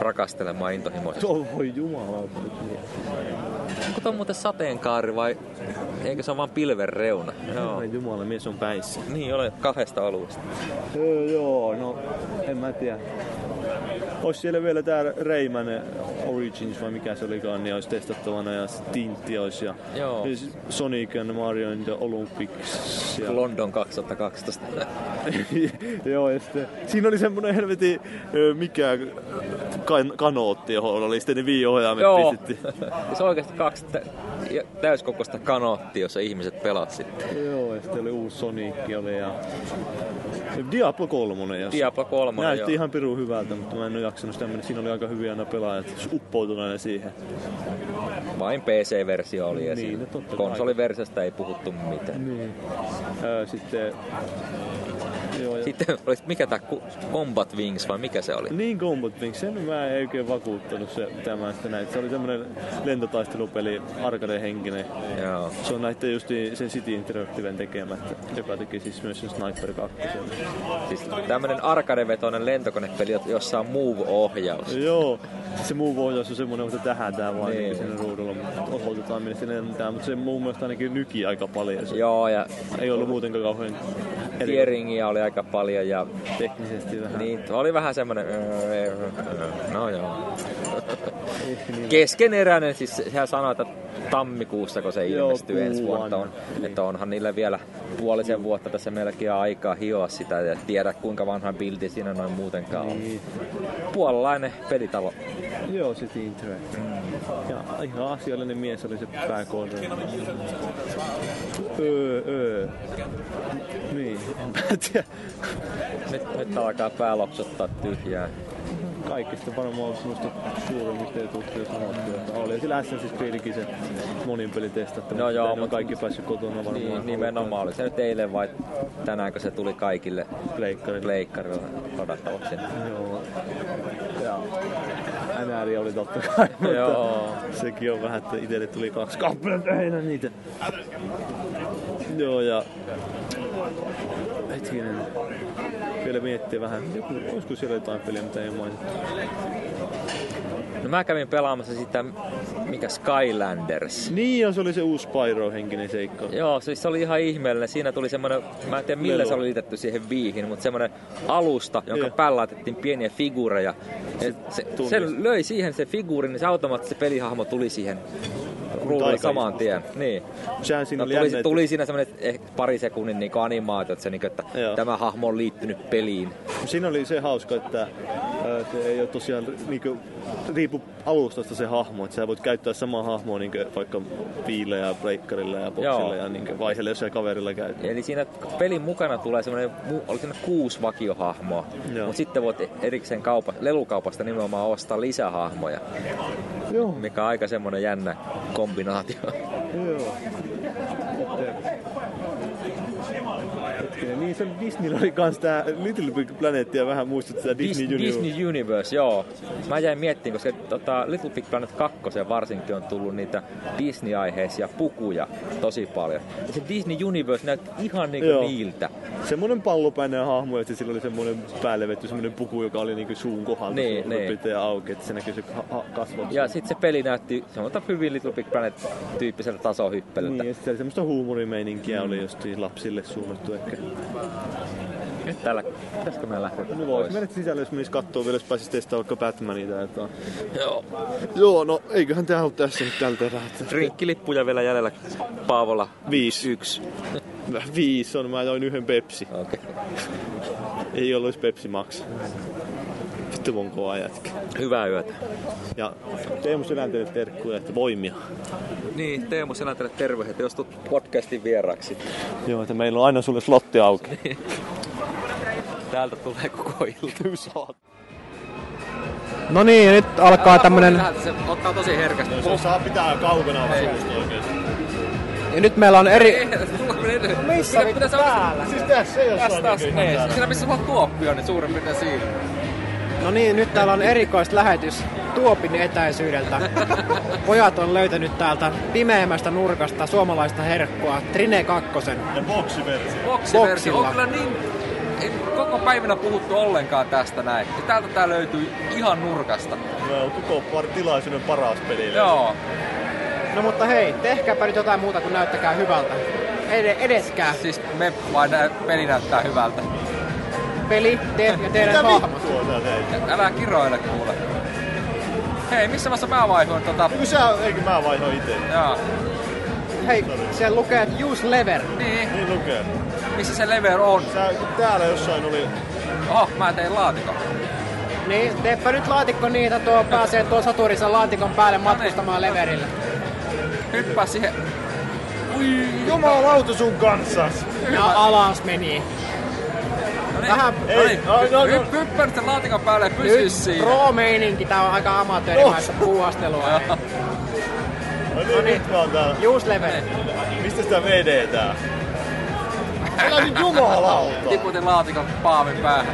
[SPEAKER 3] rakastelemaan intohimoisesti?
[SPEAKER 2] Tuo voi jumala.
[SPEAKER 3] Onko tuo muuten sateenkaari vai eikö se ole vaan pilven reuna? Joo.
[SPEAKER 2] Ai jumala, mies on päissä.
[SPEAKER 3] Niin, ole kahdesta alueesta.
[SPEAKER 2] Öö, joo, no en mä tiedä. Ois siellä vielä tää Rayman Origins vai mikä se olikaan, niin olisi testattavana ja Stintti olisi ja
[SPEAKER 3] Joo.
[SPEAKER 2] ja s- Sonic and Mario and the Olympics. Ja...
[SPEAKER 3] London 2012.
[SPEAKER 2] joo, ja sitten, siinä oli semmonen helvetin ö, mikä kan- kanootti, johon oli sitten ne viiohjaimet
[SPEAKER 3] Joo.
[SPEAKER 2] pistettiin.
[SPEAKER 3] se on oikeasti kaksi tä- ja- täyskokoista kanoottia, jossa ihmiset pelasivat sitten.
[SPEAKER 2] Joo, ja sitten oli uusi Sonic oli ja... Diablo 3 jos...
[SPEAKER 3] Diablo 3.
[SPEAKER 2] Näytti ihan pirun hyvältä, mutta mä en ole jaksanut sitä mennä. Siinä oli aika hyviä aina pelaajat, siis uppoutuneena siihen.
[SPEAKER 3] Vain PC-versio oli
[SPEAKER 2] Niin,
[SPEAKER 3] esillä.
[SPEAKER 2] no totta kai.
[SPEAKER 3] Konsoliversiosta ei puhuttu mitään.
[SPEAKER 2] Niin. Öö, sitten... Joo, ja...
[SPEAKER 3] Sitten oli, mikä tämä Combat Wings vai mikä se oli?
[SPEAKER 2] Niin Combat Wings, sen mä en oikein vakuuttanut se, mitä mä sitä näin. Se oli semmonen lentotaistelupeli, arcade-henkinen.
[SPEAKER 3] Joo.
[SPEAKER 2] Se on näitä just niin sen City Interactiven tekemä, että- joka teki siis myös sen Sniper 2.
[SPEAKER 3] Siis tämmönen arcade-vetoinen lentokonepeli, jossa on move-ohjaus.
[SPEAKER 2] Joo, se muu voijaus on semmoinen, mutta tähän tää vaan
[SPEAKER 3] Niin.
[SPEAKER 2] niin. siinä ruudulla osoitetaan, minne sinne lentää, mutta se mun mielestä ainakin nyki aika paljon. Se
[SPEAKER 3] Joo, ja
[SPEAKER 2] ei ollut muutenkaan kauhean eri
[SPEAKER 3] tieringiä oli aika paljon ja
[SPEAKER 2] teknisesti vähän.
[SPEAKER 3] niin, tuo oli vähän semmonen... öö, No joo.
[SPEAKER 2] Ehkä niin.
[SPEAKER 3] Keskeneräinen, siis sehän sanoi, että tammikuussa, kun se
[SPEAKER 2] Joo,
[SPEAKER 3] ilmestyy ensi
[SPEAKER 2] kuvan.
[SPEAKER 3] vuonna, on,
[SPEAKER 2] Niin.
[SPEAKER 3] että onhan niillä vielä puolisen vuotta tässä melkein aikaa hioa sitä ja tiedä kuinka vanha bildi siinä noin muutenkaan on.
[SPEAKER 2] Niin.
[SPEAKER 3] Puolalainen pelitalo.
[SPEAKER 2] Joo, se Teen Track.
[SPEAKER 3] Mm.
[SPEAKER 2] Ja ihan asiallinen mies oli se pääkoodari. Öö, öö. Niin, en mä tiedä.
[SPEAKER 3] Nyt, nyt alkaa pää loksottaa tyhjää. Niin,
[SPEAKER 2] Kaikista varmaan on semmoista suurimmista etuuksia sanottu, että oli sillä Assassin's Creedikin se monin peli testattu.
[SPEAKER 3] No joo,
[SPEAKER 2] mutta
[SPEAKER 3] mutta-
[SPEAKER 2] kaikki päässyt kotona varmaan.
[SPEAKER 3] Niin, nimenomaan. Oli se nyt eilen vai tänään, kun se tuli kaikille
[SPEAKER 2] Pleikkarilla.
[SPEAKER 3] pleikkarilla ladattavaksi.
[SPEAKER 2] Joo. Ja NR oli totta kai, mutta
[SPEAKER 3] Joo.
[SPEAKER 2] sekin on vähän, että itselle tuli kaksi kappaletta heinä niitä. Joo ja... Hetkinen. Vielä miettii vähän, joku, olisiko siellä jotain peliä, mitä ei mainittu.
[SPEAKER 3] No mä kävin pelaamassa sitä, mikä Skylanders.
[SPEAKER 2] Niin, ja se oli se uusi Spyro-henkinen seikka.
[SPEAKER 3] Joo, siis se oli ihan ihmeellinen. Siinä tuli semmoinen, mä en tiedä millä
[SPEAKER 2] Lelu.
[SPEAKER 3] se oli liitetty siihen viihin, mutta semmoinen alusta, jonka
[SPEAKER 2] Joo.
[SPEAKER 3] päällä laitettiin pieniä figuureja. Se, se,
[SPEAKER 2] tunnisti.
[SPEAKER 3] se löi siihen se figuuri, niin se automaattisesti se pelihahmo tuli siihen ruudulle
[SPEAKER 2] Taikaistusta.
[SPEAKER 3] saman tien. Niin.
[SPEAKER 2] Sehän siinä
[SPEAKER 3] No,
[SPEAKER 2] oli
[SPEAKER 3] tuli,
[SPEAKER 2] jännä,
[SPEAKER 3] tuli siinä semmoinen ehkä pari sekunnin niin animaatio, että, se, niin että
[SPEAKER 2] Joo.
[SPEAKER 3] tämä hahmo on liittynyt peliin.
[SPEAKER 2] Siinä oli se hauska, että ää, se ei ole tosiaan niinku, riipu alustasta se hahmo, että sä voit käyttää samaa hahmoa niinku, vaikka viillä ja breikkarilla ja boksilla
[SPEAKER 3] Joo.
[SPEAKER 2] ja niinku, vaihdella, jos sä kaverilla käyt.
[SPEAKER 3] Eli siinä pelin mukana tulee semmoinen, mu- oli siinä kuusi vakiohahmoa,
[SPEAKER 2] Joo.
[SPEAKER 3] mutta sitten voit erikseen kaupa, lelukaupasta nimenomaan ostaa lisähahmoja,
[SPEAKER 2] Joo,
[SPEAKER 3] mikä on aika semmoinen jännä kombinaatio.
[SPEAKER 2] joo. Sitten... Hetkinen, niin se Disneyllä oli kans tää Little Big Planet ja vähän muistutti sitä Disney,
[SPEAKER 3] Dis-
[SPEAKER 2] Disney Universe.
[SPEAKER 3] Disney Universe, joo. Mä jäin miettimään, koska tota, Little Big Planet 2 varsinkin on tullut niitä Disney-aiheisia pukuja tosi paljon. Ja se Disney Universe näytti ihan niinku
[SPEAKER 2] Joo.
[SPEAKER 3] niiltä.
[SPEAKER 2] Semmoinen pallopäinen hahmo ja sitten sillä oli semmoinen päälle vetty semmoinen puku, joka oli niinku suun kohdalla,
[SPEAKER 3] Niin,
[SPEAKER 2] niin,
[SPEAKER 3] niin.
[SPEAKER 2] niin. pitää auki, että se näkyy se ha- ha- kasvot.
[SPEAKER 3] Ja sitten se peli näytti semmoilta hyvin Little Big Planet-tyyppiseltä tasohyppelyltä.
[SPEAKER 2] Niin, ja sitten semmoista huumorimeininkiä mm. oli just lapsille suunnattu ehkä. Niin.
[SPEAKER 3] Nyt täällä, pitäisikö meidän lähteä
[SPEAKER 2] No
[SPEAKER 3] pois?
[SPEAKER 2] voisi mennä sisälle, jos menisi kattoo vielä, jos pääsis testaa vaikka Batmania tai jotain.
[SPEAKER 3] Joo.
[SPEAKER 2] Joo, no eiköhän tää ollut tässä nyt tältä erää. että-
[SPEAKER 3] Drinkkilippuja vielä jäljellä Paavolla.
[SPEAKER 2] Viisi.
[SPEAKER 3] Yksi.
[SPEAKER 2] Viisi on, mä join yhden Pepsi.
[SPEAKER 3] Okei.
[SPEAKER 2] Ei ollut edes Pepsi Max. Vittu mun kova jätkä.
[SPEAKER 3] Hyvää yötä.
[SPEAKER 2] Ja Teemu Selänteelle terkkuja, että voimia.
[SPEAKER 3] Niin, Teemu Seläntälle terveiset, jos tulet podcastin vieraksi.
[SPEAKER 2] Joo, että meillä on aina sulle slotti auki.
[SPEAKER 3] Täältä tulee koko ilta.
[SPEAKER 5] No niin, nyt alkaa tämmönen...
[SPEAKER 3] Se ottaa tosi herkästi.
[SPEAKER 2] Se saa pitää kaukana suusta oikeesti.
[SPEAKER 5] Ja nyt meillä on eri... No
[SPEAKER 3] Missä pitäisi olla
[SPEAKER 2] Siis tässä ei oo
[SPEAKER 3] tästä taas mees. Siinä missä sulla tuoppio, niin suurin piirtein siinä.
[SPEAKER 5] No niin, nyt täällä on erikoislähetys Tuopin etäisyydeltä. Pojat on löytänyt täältä pimeämmästä nurkasta suomalaista herkkua Trine 2.
[SPEAKER 2] Ja boksiversio.
[SPEAKER 3] Boksiversio on
[SPEAKER 5] Boksilla.
[SPEAKER 3] kyllä niin... ei Koko päivänä puhuttu ollenkaan tästä näin. Ja täältä tää löytyy ihan nurkasta.
[SPEAKER 2] Joo, koko par- tilaisuuden paras peli.
[SPEAKER 3] Joo.
[SPEAKER 5] No mutta hei, tehkääpä nyt jotain muuta kuin näyttäkää hyvältä. Ede, edeskää.
[SPEAKER 3] Siis me vaan nä- peli näyttää hyvältä.
[SPEAKER 5] Peli, te ja teidän hahmot.
[SPEAKER 2] vittua sä teit?
[SPEAKER 3] Älä kiroile kuule. Hei, missä vaiheessa mä vaihoin tota...
[SPEAKER 2] Kun sä, eikö mä vaihdoin itse?
[SPEAKER 3] Jaa.
[SPEAKER 5] Hei, siellä lukee että use lever.
[SPEAKER 3] Niin,
[SPEAKER 2] Niin lukee.
[SPEAKER 3] missä se lever on?
[SPEAKER 2] Sä, kun täällä jossain oli...
[SPEAKER 6] Oh,
[SPEAKER 3] Oho, mä tein laatikon.
[SPEAKER 5] Niin, teepä nyt laatikko niitä tuo pääsee tuon saturissa laatikon päälle matkustamaan leverillä.
[SPEAKER 3] Hyppää siihen... Ui,
[SPEAKER 2] Jumalauta sun kanssas!
[SPEAKER 5] Ja alas meni.
[SPEAKER 3] no niin,
[SPEAKER 5] Vähän
[SPEAKER 3] no
[SPEAKER 2] Ei,
[SPEAKER 3] niin.
[SPEAKER 2] no, no, no.
[SPEAKER 3] Hypp- hyppää nyt sen laatikon päälle ja pysy
[SPEAKER 6] Siis
[SPEAKER 5] Nyt
[SPEAKER 3] siinä.
[SPEAKER 5] pro-meininki, tää on aika amatöörimäistä puuhastelua.
[SPEAKER 2] No niin, nyt mä oon täällä.
[SPEAKER 5] Juus level.
[SPEAKER 2] Mistä sitä VD tää? Älä nyt jumalauta!
[SPEAKER 3] Tiputin laatikon paavin päähän.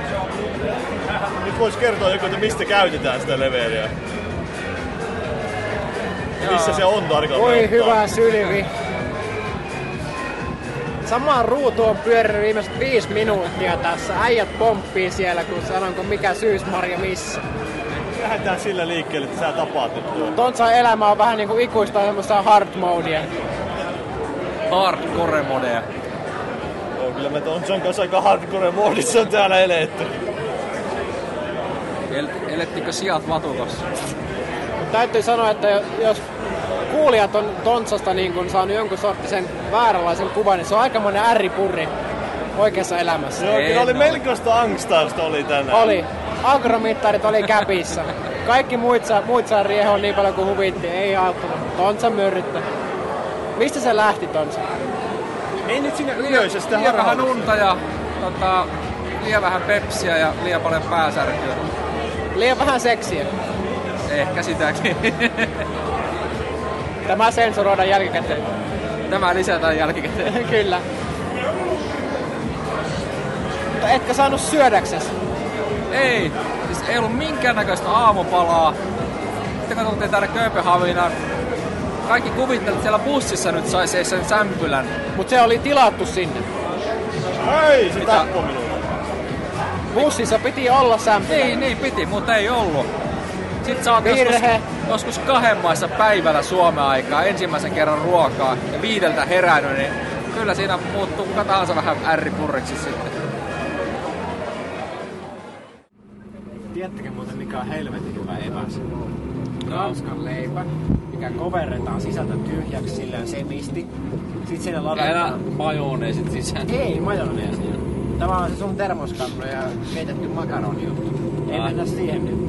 [SPEAKER 2] Nyt vois kertoa joku, että mistä käytetään sitä leveliä. Missä se on tarkalleen
[SPEAKER 5] Voi
[SPEAKER 2] ottaen.
[SPEAKER 5] hyvä sylvi. Samaan ruutu on pyörinyt viimeiset viisi minuuttia tässä. Äijät pomppii siellä, kun sanonko mikä syysmarja missä.
[SPEAKER 2] Lähdetään sillä liikkeelle, että sä tapaat nyt tuon.
[SPEAKER 5] Tontsa elämä on vähän niinku ikuista semmoista hard modea.
[SPEAKER 3] Hardcore modea.
[SPEAKER 2] Joo, kyllä me Tontsan kanssa aika hardcore moodissa on täällä eletty.
[SPEAKER 3] El- elettikö sijat vatukossa?
[SPEAKER 5] Täytyy sanoa, että jo- jos kuulijat on Tontsasta niin kun saanut jonkun sorttisen vääränlaisen kuvan, niin se on aikamoinen ärripurri oikeassa elämässä.
[SPEAKER 2] Joo,
[SPEAKER 3] Ei
[SPEAKER 2] kyllä oli
[SPEAKER 3] no.
[SPEAKER 2] melkoista angstausta oli tänään.
[SPEAKER 5] Oli. Agromittarit oli käpissä. Kaikki muut saa, muut saa riehoa niin paljon kuin huvitti, ei auttanut. Tonsa myrryttä. Mistä se lähti Tonsa?
[SPEAKER 2] Ei nyt sinne ylös, ja sitä
[SPEAKER 6] liian vähän
[SPEAKER 2] harhaan.
[SPEAKER 6] unta ja tota, liian vähän pepsiä ja liian paljon pääsärkyä.
[SPEAKER 5] Liian vähän seksiä.
[SPEAKER 6] Ehkä sitäkin.
[SPEAKER 5] Tämä sensuroidaan jälkikäteen.
[SPEAKER 6] Tämä lisätään jälkikäteen.
[SPEAKER 5] Kyllä. Mutta etkö saanut syödäksesi?
[SPEAKER 6] Ei, siis ei ollut minkäännäköistä aamupalaa. Sitten kun tultiin täällä Kööpenhaminaan, kaikki kuvittelivat, että siellä bussissa nyt saisi sen sämpylän.
[SPEAKER 5] Mutta se oli tilattu sinne.
[SPEAKER 2] Hei, se
[SPEAKER 6] Mitä?
[SPEAKER 2] tappoi minua.
[SPEAKER 5] Bussissa piti olla sämpylä.
[SPEAKER 6] Niin, niin piti, mutta ei ollut. Sitten saa joskus,
[SPEAKER 5] Virhe.
[SPEAKER 6] joskus kahden maissa päivällä Suomen aikaa ensimmäisen kerran ruokaa ja viideltä herännyt, niin kyllä siinä muuttuu kuka tahansa vähän ärripurriksi sitten.
[SPEAKER 5] Tiedättekö muuten mikä on helvetin hyvä eväs? Ranskan leipä, mikä koverretaan sisältä tyhjäksi silleen semisti. Sitten sinne laitetaan...
[SPEAKER 6] majoneesit sisään.
[SPEAKER 5] Ei, majoneesi. Tämä on se sun termoskannu ja keitetty makaroni juttu. Ei mennä siihen nyt.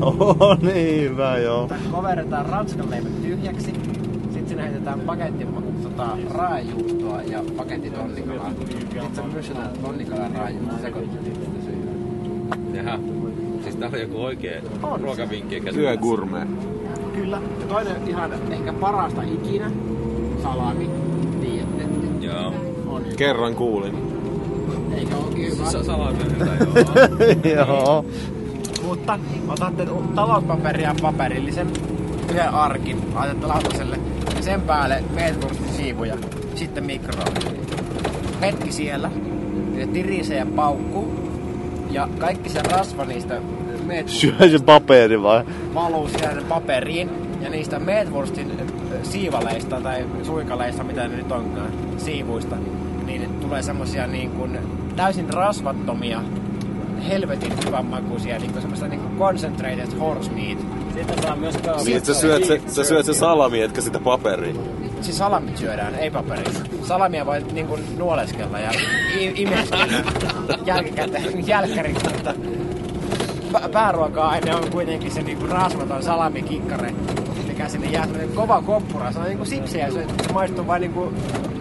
[SPEAKER 2] Oho, niin hyvä, joo.
[SPEAKER 5] Tää koverretaan ranskan leivän tyhjäksi. Sitten sinne heitetään paketti tota, raajuustoa ja paketti tonnikalaa. Sitten se myrssytään tonnikalan raajuustoa sekoittaa sitten syödään.
[SPEAKER 3] Jaha. Siis tää oli joku oikee
[SPEAKER 5] On.
[SPEAKER 3] ruokavinkki.
[SPEAKER 7] Työgurme.
[SPEAKER 5] Kyllä. Ja toinen ihan ehkä parasta ikinä, salami. Tiedätte,
[SPEAKER 3] Joo.
[SPEAKER 5] on
[SPEAKER 7] Kerran kuulin.
[SPEAKER 5] Eikä oikein
[SPEAKER 3] Siis
[SPEAKER 5] hyvä.
[SPEAKER 3] Salami on hyvä, joo.
[SPEAKER 2] joo.
[SPEAKER 5] Mutta otatte u- talouspaperia paperillisen, yhden arkin, laitatte lautaselle ja sen päälle veetusti siivuja, sitten mikroon. Hetki siellä, ja tirisee ja paukkuu, ja kaikki se rasva niistä meet-
[SPEAKER 2] Syö se paperi vai?
[SPEAKER 5] valuu siellä paperiin ja niistä Medworstin siivaleista tai suikaleista, mitä ne nyt onkaan, siivuista, niin tulee semmosia niin kuin täysin rasvattomia, helvetin hyvän makuisia, niin kuin semmoista niin kuin concentrated horse meat. Sitten saa myös
[SPEAKER 7] Siis sä syöt, se, sä syöt se salami, etkä sitä paperia.
[SPEAKER 5] Siis salamit syödään, ei paperissa. Salamia voi niin kuin nuoleskella ja i- imeskellä jälkikäteen jälkkäriksi, mutta pä- pääruoka-aine on kuitenkin se niin kuin rasvaton salamikikkare, mikä sinne jää semmoinen kova koppura. Se on niin kuin sipsiä, se, se maistuu vain niin kuin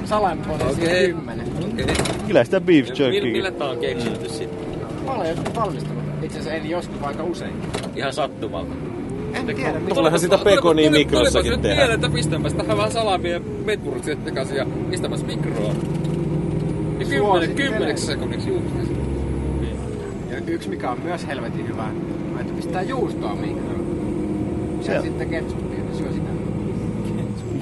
[SPEAKER 5] salamipotessa okay.
[SPEAKER 3] Okei.
[SPEAKER 5] kymmenen.
[SPEAKER 3] Okei.
[SPEAKER 2] Kyllä sitä beef
[SPEAKER 3] Mil-
[SPEAKER 2] jerky.
[SPEAKER 3] Millä tää on keksitty sitten?
[SPEAKER 5] Mä olen joskus valmistunut. Itse asiassa en joskus, vaan aika usein.
[SPEAKER 3] Ihan sattumalta.
[SPEAKER 5] En tiedä, mitä
[SPEAKER 7] Tuleehan sitä pekonia mikrossakin
[SPEAKER 6] niin tehdä. Mieleen,
[SPEAKER 7] tehdä.
[SPEAKER 6] että pistämäs tähän vähän salamia ja metmurtsit takaisin ja pistämäs mikroon. Ja kymmenen,
[SPEAKER 5] Suosittelen.
[SPEAKER 6] kymmeneksi sekunniksi juuri.
[SPEAKER 5] Ja yksi, mikä on myös helvetin hyvä, on, että pistää juustoa mikroon.
[SPEAKER 2] Joo.
[SPEAKER 5] Ja sitten ketsuppia, niin syö sitä.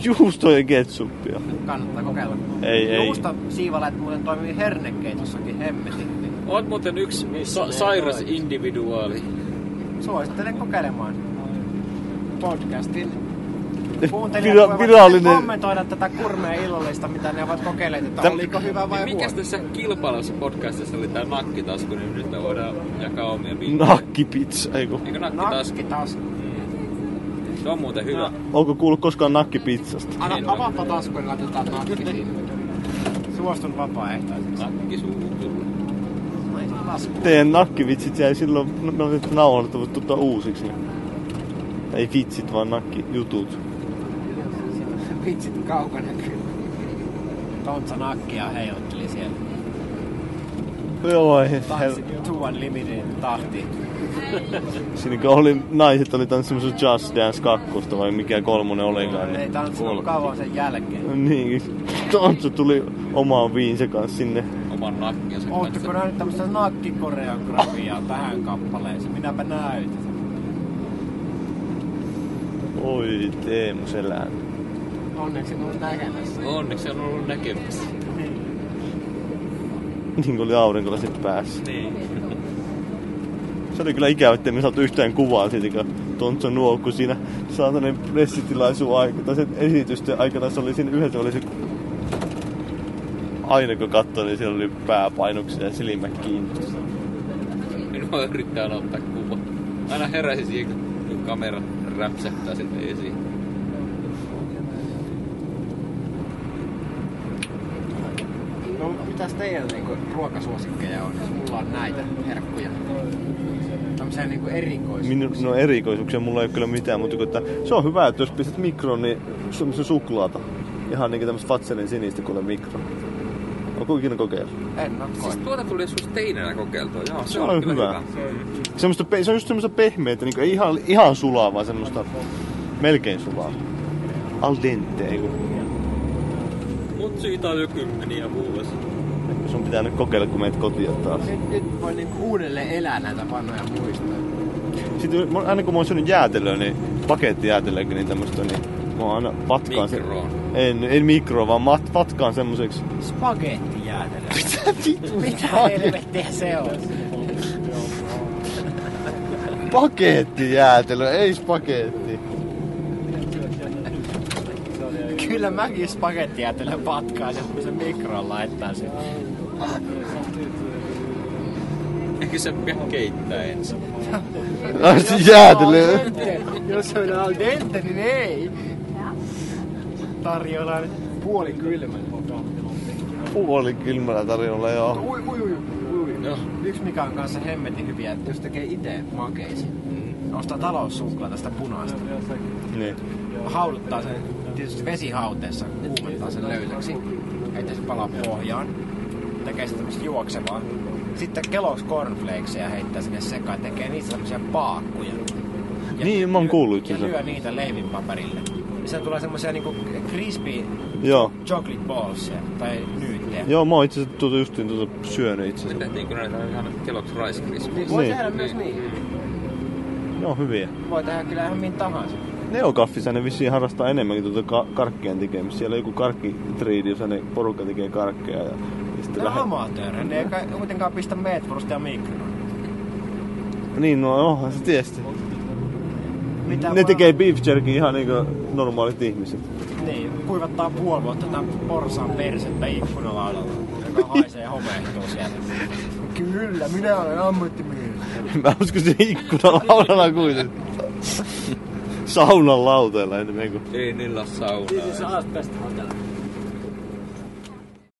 [SPEAKER 2] Juusto ja ketsuppia.
[SPEAKER 5] Kannattaa kokeilla.
[SPEAKER 2] Ei, ei.
[SPEAKER 5] Juusta siivaleet muuten toimii hernekeitossakin hemmetin. Niin
[SPEAKER 3] Oot muuten yksi sa- sairas individuaali.
[SPEAKER 5] suosittelen kokeilemaan podcastin. Kuuntelijat
[SPEAKER 2] Vira-
[SPEAKER 5] voivat siis
[SPEAKER 2] virallinen.
[SPEAKER 5] kommentoida tätä kurmea illallista, mitä ne ovat kokeilleet, että
[SPEAKER 2] Täm-
[SPEAKER 5] oliko hyvä vai
[SPEAKER 3] Mikäs
[SPEAKER 5] huono.
[SPEAKER 3] tässä kilpailussa podcastissa oli tää nakkitasku, niin nyt me voidaan jakaa omia vinkkejä.
[SPEAKER 2] Nakkipizza, ei kun.
[SPEAKER 3] Eikö nakkitasku?
[SPEAKER 5] Nakki taas.
[SPEAKER 3] Se on muuten hyvä.
[SPEAKER 2] Onko kuullut koskaan nakkipizzasta?
[SPEAKER 5] Anna
[SPEAKER 3] Hienoa.
[SPEAKER 5] avaappa tasku, niin laitetaan nakki sinne. Suostun vapaaehtoisesti.
[SPEAKER 3] Nakki suuhun.
[SPEAKER 5] Mä en saa laskua.
[SPEAKER 2] Teidän nakkivitsit jäi silloin, no, me oltiin nauhoitettu tota uusiksi. niin. Ei vitsit, vaan nakkijutut.
[SPEAKER 5] Vitsit kaukana kyllä. Tontsa nakkia heilutteli siellä.
[SPEAKER 2] Joo, ei.
[SPEAKER 5] Tanssi Tuon limitin tahti.
[SPEAKER 2] Siinä kun oli, naiset oli tanssimassa Just Dance 2 vai mikä kolmonen olikaan.
[SPEAKER 5] Ei
[SPEAKER 2] Niin,
[SPEAKER 5] tanssinut
[SPEAKER 2] Kolme.
[SPEAKER 5] kauan sen jälkeen.
[SPEAKER 2] niin. Tontsu tuli omaan viinsä kanssa sinne.
[SPEAKER 3] Oman nakkinsa
[SPEAKER 5] Oletteko
[SPEAKER 3] kanssa.
[SPEAKER 5] nähnyt tämmöistä nakkikoreografiaa tähän kappaleeseen? Minäpä näytän sen.
[SPEAKER 2] Oi Teemu selän.
[SPEAKER 5] Onneksi en ollut näkemässä.
[SPEAKER 3] Onneksi on ollut näkemässä.
[SPEAKER 2] Niin kuin oli aurinkolasit päässä.
[SPEAKER 3] Niin.
[SPEAKER 2] Se oli kyllä ikävä, ettei me saatu yhtään kuvaa siitä, kun Tontsa nuokku siinä saatanen pressitilaisuun aikana. Tai sen esitysten aikana se oli siinä yhdessä oli se... Aina kun katsoin, niin siellä oli pääpainoksia ja silmät kiinni.
[SPEAKER 3] Minua yrittää aina ottaa kuva. Aina heräsi siihen, kun kamera räpsähtää sieltä esiin.
[SPEAKER 5] No, mitäs teillä niinku ruokasuosikkeja on, jos mulla on näitä herkkuja? Tämmöisiä niinku erikoisia.
[SPEAKER 2] Minun, no erikoisuuksia mulla ei ole kyllä mitään, mutta kun, että se on hyvä, että jos pistät mikroon, niin semmoisen suklaata. Ihan niinku tämmöistä Fatselin sinistä kuule mikro. Onko ikinä kokeillut?
[SPEAKER 5] En oo koe.
[SPEAKER 6] Siis tuota tuli joskus teinenä kokeiltua. Joo, se,
[SPEAKER 2] Se
[SPEAKER 6] on,
[SPEAKER 2] on
[SPEAKER 6] kyllä
[SPEAKER 2] hyvä.
[SPEAKER 6] hyvä.
[SPEAKER 2] Semmoista, pe- se on just semmoista pehmeitä, niinku ei ihan, ihan sulaa, vaan semmoista melkein sulaa. Al dente, ei kun.
[SPEAKER 8] Mut siitä on jo kymmeniä vuosi.
[SPEAKER 2] Sun pitää nyt kokeilla, kun meet kotiin taas.
[SPEAKER 5] Nyt, nyt voi niinku uudelleen elää näitä vanhoja muistoja.
[SPEAKER 2] Sitten mä- aina kun mä oon syönyt jäätelöä, niin paketti jäätelöäkin, niin tämmöstä, niin mä oon aina patkaan sen.
[SPEAKER 6] Mikroon.
[SPEAKER 2] En, en mikro, vaan mat, patkaan semmoiseksi.
[SPEAKER 5] Spagettijäätelö. Mitä helvettiä se on?
[SPEAKER 2] Paketti jäätelö, ei spagetti.
[SPEAKER 5] Kyllä mäkin spagettijäätelön patkaa sen, kun se mikroon laittaa sen.
[SPEAKER 8] Eikö se pidä keittää ensin?
[SPEAKER 2] jäätelö.
[SPEAKER 5] Al dente. Jos se on al dente, niin ei. Tarjolla nyt puoli kylmä.
[SPEAKER 2] Puoli kylmällä tarjolla, joo.
[SPEAKER 5] Ui, ui, ui, ui. Yksi mikä on kanssa hemmetin hyviä, että jos tekee itse makeisi.
[SPEAKER 2] Mm.
[SPEAKER 5] Ostaa taloussuklaa tästä punaista.
[SPEAKER 2] Niin.
[SPEAKER 5] Hauduttaa sen tietysti vesihauteessa, kuumentaa sen löysäksi, että se palaa pohjaan. Tekee sitten tämmöistä juoksevaa. Sitten keloksi cornflakesia heittää sinne sekaan, tekee niistä tämmöisiä paakkuja.
[SPEAKER 2] Niin, mä oon kuullut itse
[SPEAKER 5] Ja
[SPEAKER 2] asiassa.
[SPEAKER 5] lyö niitä leivin paperille. Ja sen tulee semmoisia niinku crispy
[SPEAKER 2] Joo.
[SPEAKER 5] chocolate ballsia tai nyyttejä.
[SPEAKER 2] Joo, mä oon itse asiassa tuota justiin tuota syönyt itse
[SPEAKER 6] Me
[SPEAKER 2] asiassa.
[SPEAKER 6] tehtiinkö näitä ihan keloksi Rice Krispies?
[SPEAKER 5] Voi
[SPEAKER 2] Niin.
[SPEAKER 5] tehdä myös niin.
[SPEAKER 2] Ne on hyviä.
[SPEAKER 5] Voi tehdä kyllä ihan mihin tahansa.
[SPEAKER 2] Neokaffissa ne vissiin harrastaa enemmänkin tuota ka- karkkien tekemistä. Siellä on joku karkkitriidi, jossa ne porukka tekee karkkeja. Ja, ja sitten
[SPEAKER 5] Ne on
[SPEAKER 2] lähe-
[SPEAKER 5] amatöörejä, ne ei kai- kuitenkaan pistä meetwurstia mikroon.
[SPEAKER 2] Niin, no onhan se tietysti.
[SPEAKER 5] Mitä
[SPEAKER 2] Ne
[SPEAKER 5] vaan-
[SPEAKER 2] tekee beef jerky ihan niinku normaalit ihmiset.
[SPEAKER 5] Niin, kuivattaa puoli vuotta tämän porsaan persettä ikkunalaudalla, joka haisee ja homehtuu siellä. Kyllä, minä olen ammattimies.
[SPEAKER 2] Mä uskon se ikkuna laudalla kuitenkin. Saunan lauteella enemmän kuin...
[SPEAKER 8] Ei niillä ole saunaa.
[SPEAKER 7] Asbest hotel.